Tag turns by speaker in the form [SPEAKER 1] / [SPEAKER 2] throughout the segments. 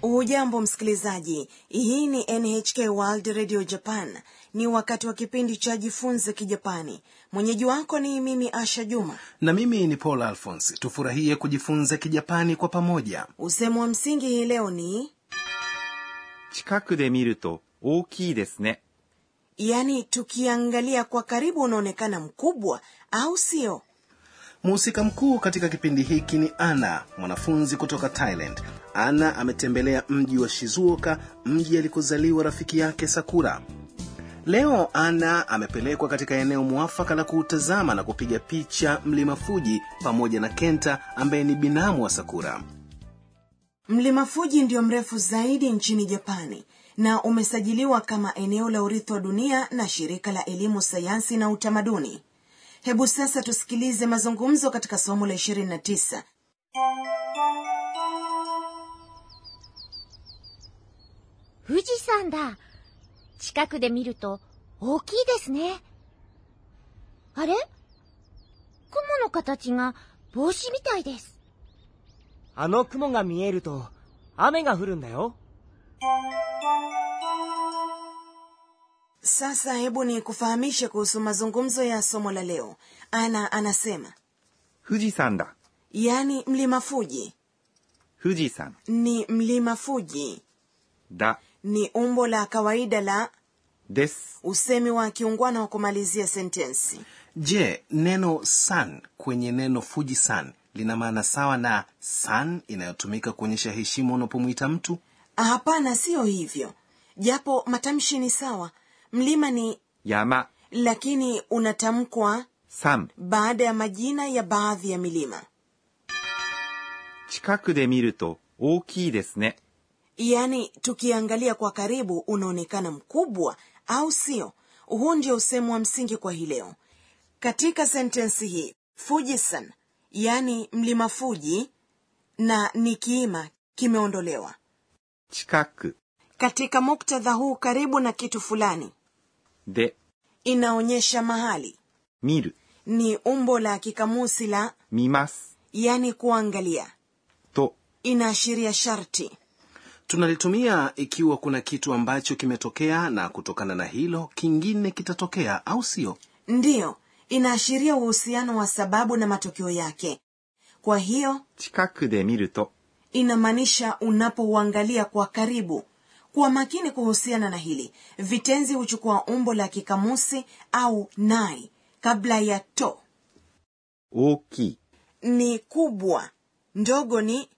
[SPEAKER 1] hujambo msikilizaji hii ni nhk world radio japan ni wakati wa kipindi cha jifunze kijapani mwenyeji wako ni mimi asha juma
[SPEAKER 2] na mimi ni paul alphons tufurahie kujifunza kijapani kwa pamoja
[SPEAKER 1] usemo wa msingi hii leo ni
[SPEAKER 3] 近くで見ると大きいですね。
[SPEAKER 1] yaani tukiangalia kwa karibu unaonekana mkubwa au sio
[SPEAKER 2] mhusika mkuu katika kipindi hiki ni ana mwanafunzi kutoka thailand ana ametembelea mji wa shizuoka mji alikozaliwa rafiki yake sakura leo ana amepelekwa katika eneo mwafaka la kuutazama na kupiga picha mlima fuji pamoja na kenta ambaye ni binamu wa sakura
[SPEAKER 1] mlima fuji ndio mrefu zaidi nchini japani na umesajiliwa kama eneo la urithi wa dunia na shirika la elimu sayansi na utamaduni hebu sasa tusikilize mazungumzo katika somo la 29
[SPEAKER 4] 富士山だ近くで見ると大きいですねあれ雲の形が帽子みたいです
[SPEAKER 5] あの雲が見えると雨が降るんだよ。
[SPEAKER 1] sasa hebu ni kufahamishe kuhusu mazungumzo ya somo la leo ana anasema
[SPEAKER 3] 富士山だ。
[SPEAKER 1] yaani mlima fuji
[SPEAKER 3] 富士山
[SPEAKER 1] ni mlima fuji
[SPEAKER 3] だ
[SPEAKER 1] ni umbo la kawaida la
[SPEAKER 3] です。
[SPEAKER 1] usemi wa kiungwana wa kumalizia sentensi
[SPEAKER 2] je neno san kwenye neno fuji san lina maana sawa na san inayotumika kuonyesha heshima unapomwita mtu
[SPEAKER 1] hapana siyo hivyo japo matamshi ni sawa mlima ni
[SPEAKER 3] 山
[SPEAKER 1] lakini unatamkwa
[SPEAKER 3] 山
[SPEAKER 1] baada ya majina ya baadhi ya milima
[SPEAKER 3] 近くで見ると大きいですね。
[SPEAKER 1] yaani tukiangalia kwa karibu unaonekana mkubwa au sio huu ndio usemu wa msingi kwa hii leo katika sentensi hii fujisan yaani mlima fuji na ni kiima kimeondolewa
[SPEAKER 3] 近く
[SPEAKER 1] katika muktadha huu karibu na kitu fulani
[SPEAKER 3] で
[SPEAKER 1] inaonyesha mahali
[SPEAKER 3] 見る
[SPEAKER 1] ni umbo la kikamusi la
[SPEAKER 3] 見ます。
[SPEAKER 1] yaani kuangalia
[SPEAKER 3] と
[SPEAKER 1] inaashiria sharti
[SPEAKER 2] tunalitumia ikiwa kuna kitu ambacho kimetokea na kutokana na hilo kingine kitatokea au sio
[SPEAKER 1] ndiyo inaashiria uhusiano wa sababu na matokeo yake kwa hiyo
[SPEAKER 3] 近くで見ると
[SPEAKER 1] inamaanisha unapouangalia kwa karibu kuwa makini kuhusiana na hili vitenzi huchukua umbo la kikamusi au nai kabla ya to
[SPEAKER 3] 大きい、
[SPEAKER 1] ni kubwa ndogo ni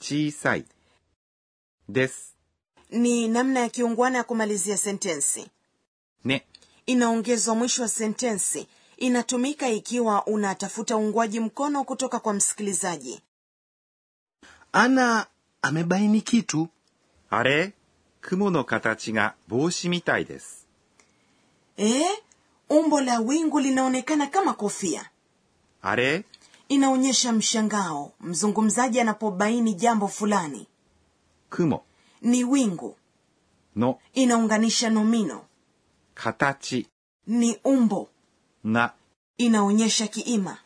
[SPEAKER 3] 小さい。です。
[SPEAKER 1] ni namna ya kiungwana ya kumalizia sentensi
[SPEAKER 3] ね。
[SPEAKER 1] inaongezwa mwisho wa sentensi inatumika ikiwa unatafuta uungwaji mkono kutoka kwa msikilizaji
[SPEAKER 2] ana amebaini kitu
[SPEAKER 3] あれ雲の形が帽子みたいです。
[SPEAKER 1] eh umbo la wingu linaonekana kama kofia
[SPEAKER 3] あれ
[SPEAKER 1] inaonyesha mshangao mzungumzaji anapobaini jambo fulani
[SPEAKER 3] 雲
[SPEAKER 1] ni wingu
[SPEAKER 3] の
[SPEAKER 1] inaunganisha nomino
[SPEAKER 3] 形
[SPEAKER 1] ni umbo
[SPEAKER 3] が
[SPEAKER 1] inaonyesha kiima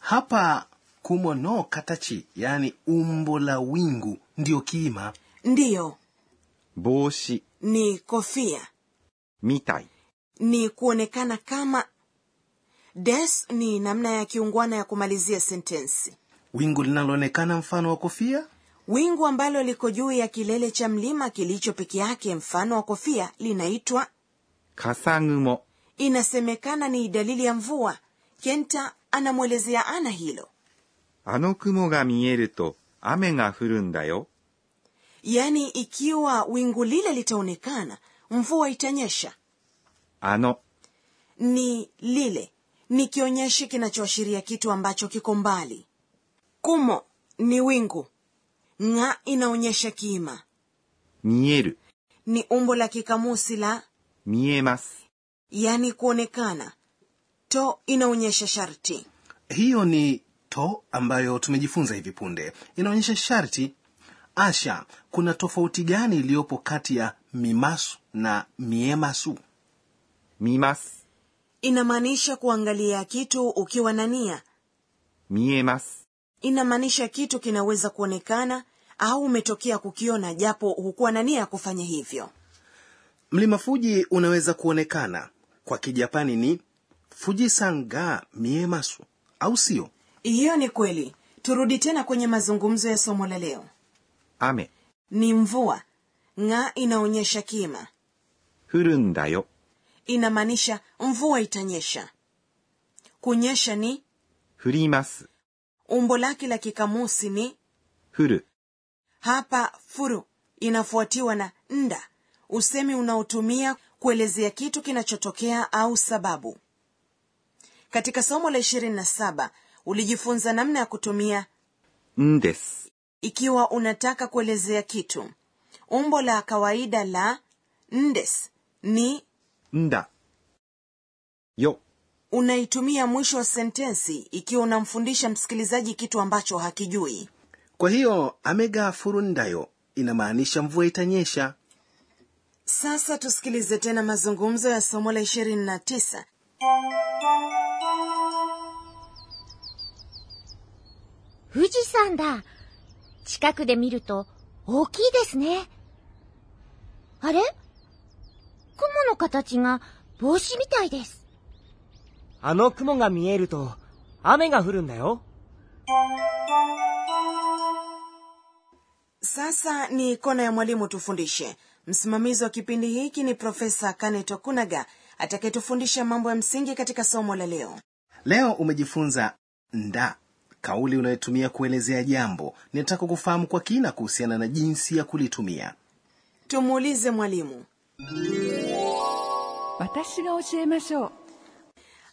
[SPEAKER 2] hapa kumo no katachi yaani umbo la wingu ndiyo kiima
[SPEAKER 1] ndiyo
[SPEAKER 3] 帽子
[SPEAKER 1] ni kofia
[SPEAKER 3] みたい
[SPEAKER 1] ni kuonekana kama des ni namna ya kiungwana ya kumalizia sentensi
[SPEAKER 2] wingu linaloonekana mfano wa kofia
[SPEAKER 1] wingu ambalo liko juu ya kilele cha mlima kilicho peke yake mfano wa kofia linaitwa
[SPEAKER 3] 笠雲
[SPEAKER 1] inasemekana ni dalili ya mvua kenta anamwelezea ana hilo
[SPEAKER 3] あの雲が見えると雨が降るんだよ
[SPEAKER 1] yaani ikiwa wingu lile litaonekana mvua itanyesha
[SPEAKER 3] あの
[SPEAKER 1] ni lile ni kionyeshi kinachoashiria kitu ambacho kiko mbali kumo ni wingu nga inaonyesha kiima
[SPEAKER 3] 見える
[SPEAKER 1] ni umbo la kikamusi la
[SPEAKER 3] 見えます
[SPEAKER 1] yaani kuonekana to inaonyesha sharti
[SPEAKER 2] hiyo ni to ambayo tumejifunza hivi punde inaonyesha sharti asha kuna tofauti gani iliyopo kati ya mimasu na miemasu
[SPEAKER 3] 見ます
[SPEAKER 1] inamaanisha kuangalia kitu ukiwa na nia
[SPEAKER 3] 見えます
[SPEAKER 1] inamaanisha kitu kinaweza kuonekana au umetokea kukiona japo hukuwa na nia ya kufanya hivyo
[SPEAKER 2] mlima fuji unaweza kuonekana kwa kijapani ni fujisan ga miemasu au sio
[SPEAKER 1] hiyo ni kweli turudi tena kwenye mazungumzo ya somo la leo
[SPEAKER 3] 雨
[SPEAKER 1] ni mvua ng'a inaonyesha kima
[SPEAKER 3] 降るんだよ
[SPEAKER 1] inamaanisha mvua itanyesha kunyesha ni
[SPEAKER 3] 降ります
[SPEAKER 1] umbo lake la kikamusi ni
[SPEAKER 3] 降る
[SPEAKER 1] hapa furu inafuatiwa na nda usemi unaotumia kuelezea kitu kinachotokea au sababu katika somo la 27 ulijifunza namna ya kutumia
[SPEAKER 3] んです
[SPEAKER 1] ikiwa unataka kuelezea kitu umbo la kawaida la ndes ni
[SPEAKER 3] んだよ
[SPEAKER 1] unaitumia mwisho wa sentensi ikiwa unamfundisha msikilizaji kitu ambacho hakijui
[SPEAKER 2] kwa hiyo amega furundayo inamaanisha mvua itanyesha
[SPEAKER 1] sasa tusikilize tena mazungumzo ya somo la 29
[SPEAKER 4] 富士山だ。近くで見ると大きいですね。あれ雲の形が帽子みたいです。
[SPEAKER 5] あの雲が見えると雨が降るんだよ。
[SPEAKER 1] sasa ni kona ya mwalimu tufundishe msimamizi wa kipindi hiki ni profesa kane tokunaga atakayetufundisha mambo ya msingi katika somo la leo
[SPEAKER 2] leo umejifunza nda kauli unayotumia kuelezea jambo ninataka kufahamu kwa kina kuhusiana na jinsi ya kulitumia
[SPEAKER 1] tumuulize mwalimu
[SPEAKER 6] 私が教えましょう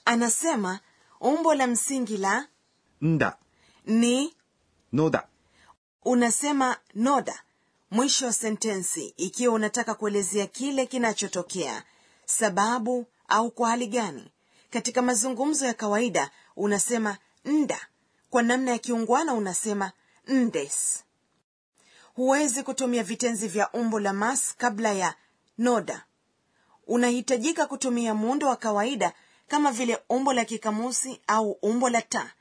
[SPEAKER 1] anasema umbo la msingi la
[SPEAKER 3] んだ
[SPEAKER 1] ni
[SPEAKER 3] のだ
[SPEAKER 1] unasema noda mwisho wa sentensi ikiwa unataka kuelezea kile kinachotokea sababu au kwa hali gani katika mazungumzo ya kawaida unasema nda kwa namna ya kiungwana unasema ndes huwezi kutumia vitenzi vya umbo la mas kabla ya noda unahitajika kutumia muundo wa kawaida kama vile umbo la kikamusi au umbo la ta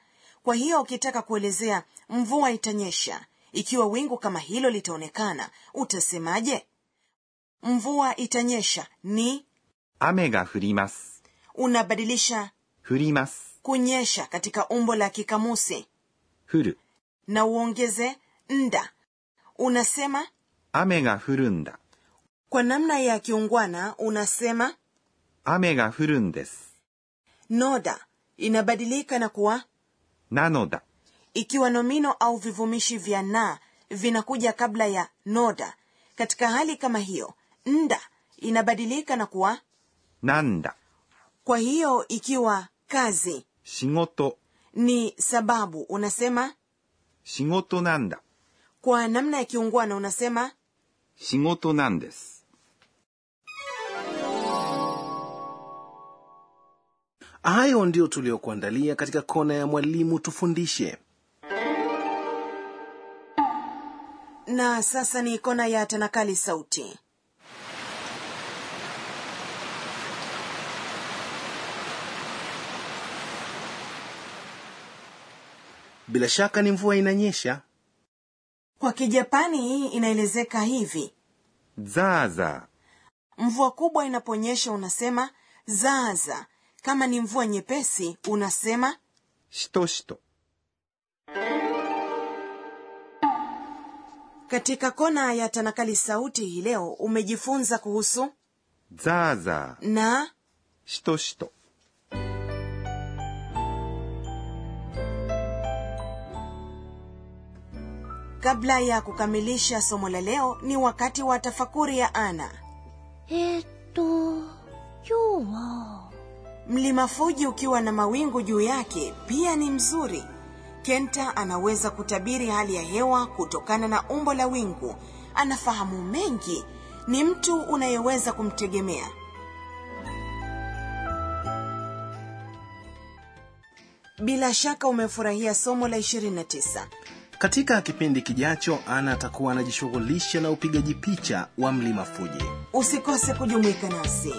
[SPEAKER 1] kwa hiyo ukitaka kuelezea mvua itanyesha ikiwa wingu kama hilo litaonekana utasemaje mvua itanyesha ni
[SPEAKER 3] 雨が降ります
[SPEAKER 1] unabadilisha
[SPEAKER 3] 降ります
[SPEAKER 1] kunyesha katika umbo la kikamusi
[SPEAKER 3] 降る
[SPEAKER 1] na uongeze nda unasema
[SPEAKER 3] 雨が降るんだ
[SPEAKER 1] kwa namna ya kiungwana unasema
[SPEAKER 3] 雨が降るんです
[SPEAKER 1] noda inabadilika na kuwa
[SPEAKER 3] なのだ
[SPEAKER 1] ikiwa nomino au vivumishi vya na vinakuja kabla ya noda katika hali kama hiyo nda inabadilika na kuwa
[SPEAKER 3] なんだ
[SPEAKER 1] kwa hiyo ikiwa kazi
[SPEAKER 3] 仕事
[SPEAKER 1] ni sababu unasema
[SPEAKER 3] 仕事なんだ
[SPEAKER 1] kwa namna ya kiungwana unasema
[SPEAKER 3] 仕事なんです
[SPEAKER 2] hayo ndiyo tuliyokuandalia katika kona ya mwalimu tufundishe
[SPEAKER 1] na sasa ni kona ya tanakali sauti
[SPEAKER 2] bila shaka ni mvua inanyesha
[SPEAKER 1] kwa kijapani hii inaelezeka hivi
[SPEAKER 3] ザーザ
[SPEAKER 1] mvua kubwa inaponyesha unasema zaza kama ni mvua nyepesi unasema
[SPEAKER 3] ーしとしと
[SPEAKER 1] katika kona ya tanakali sauti hii leo umejifunza kuhusu
[SPEAKER 3] ザーザー
[SPEAKER 1] na
[SPEAKER 3] しとしと
[SPEAKER 1] kabla ya kukamilisha somo la leo ni wakati wa tafakuri ya ana
[SPEAKER 4] えー、っと、今日は、
[SPEAKER 1] mlima fuji ukiwa na mawingu juu yake pia ni mzuri kenta anaweza kutabiri hali ya hewa kutokana na umbo la wingu anafahamu mengi ni mtu unayeweza kumtegemea bila shaka umefurahia somo la 29
[SPEAKER 2] katika kipindi kijacho ana atakuwa anajishughulisha na upigaji picha wa mlima fuji
[SPEAKER 1] usikose kujumuika nasi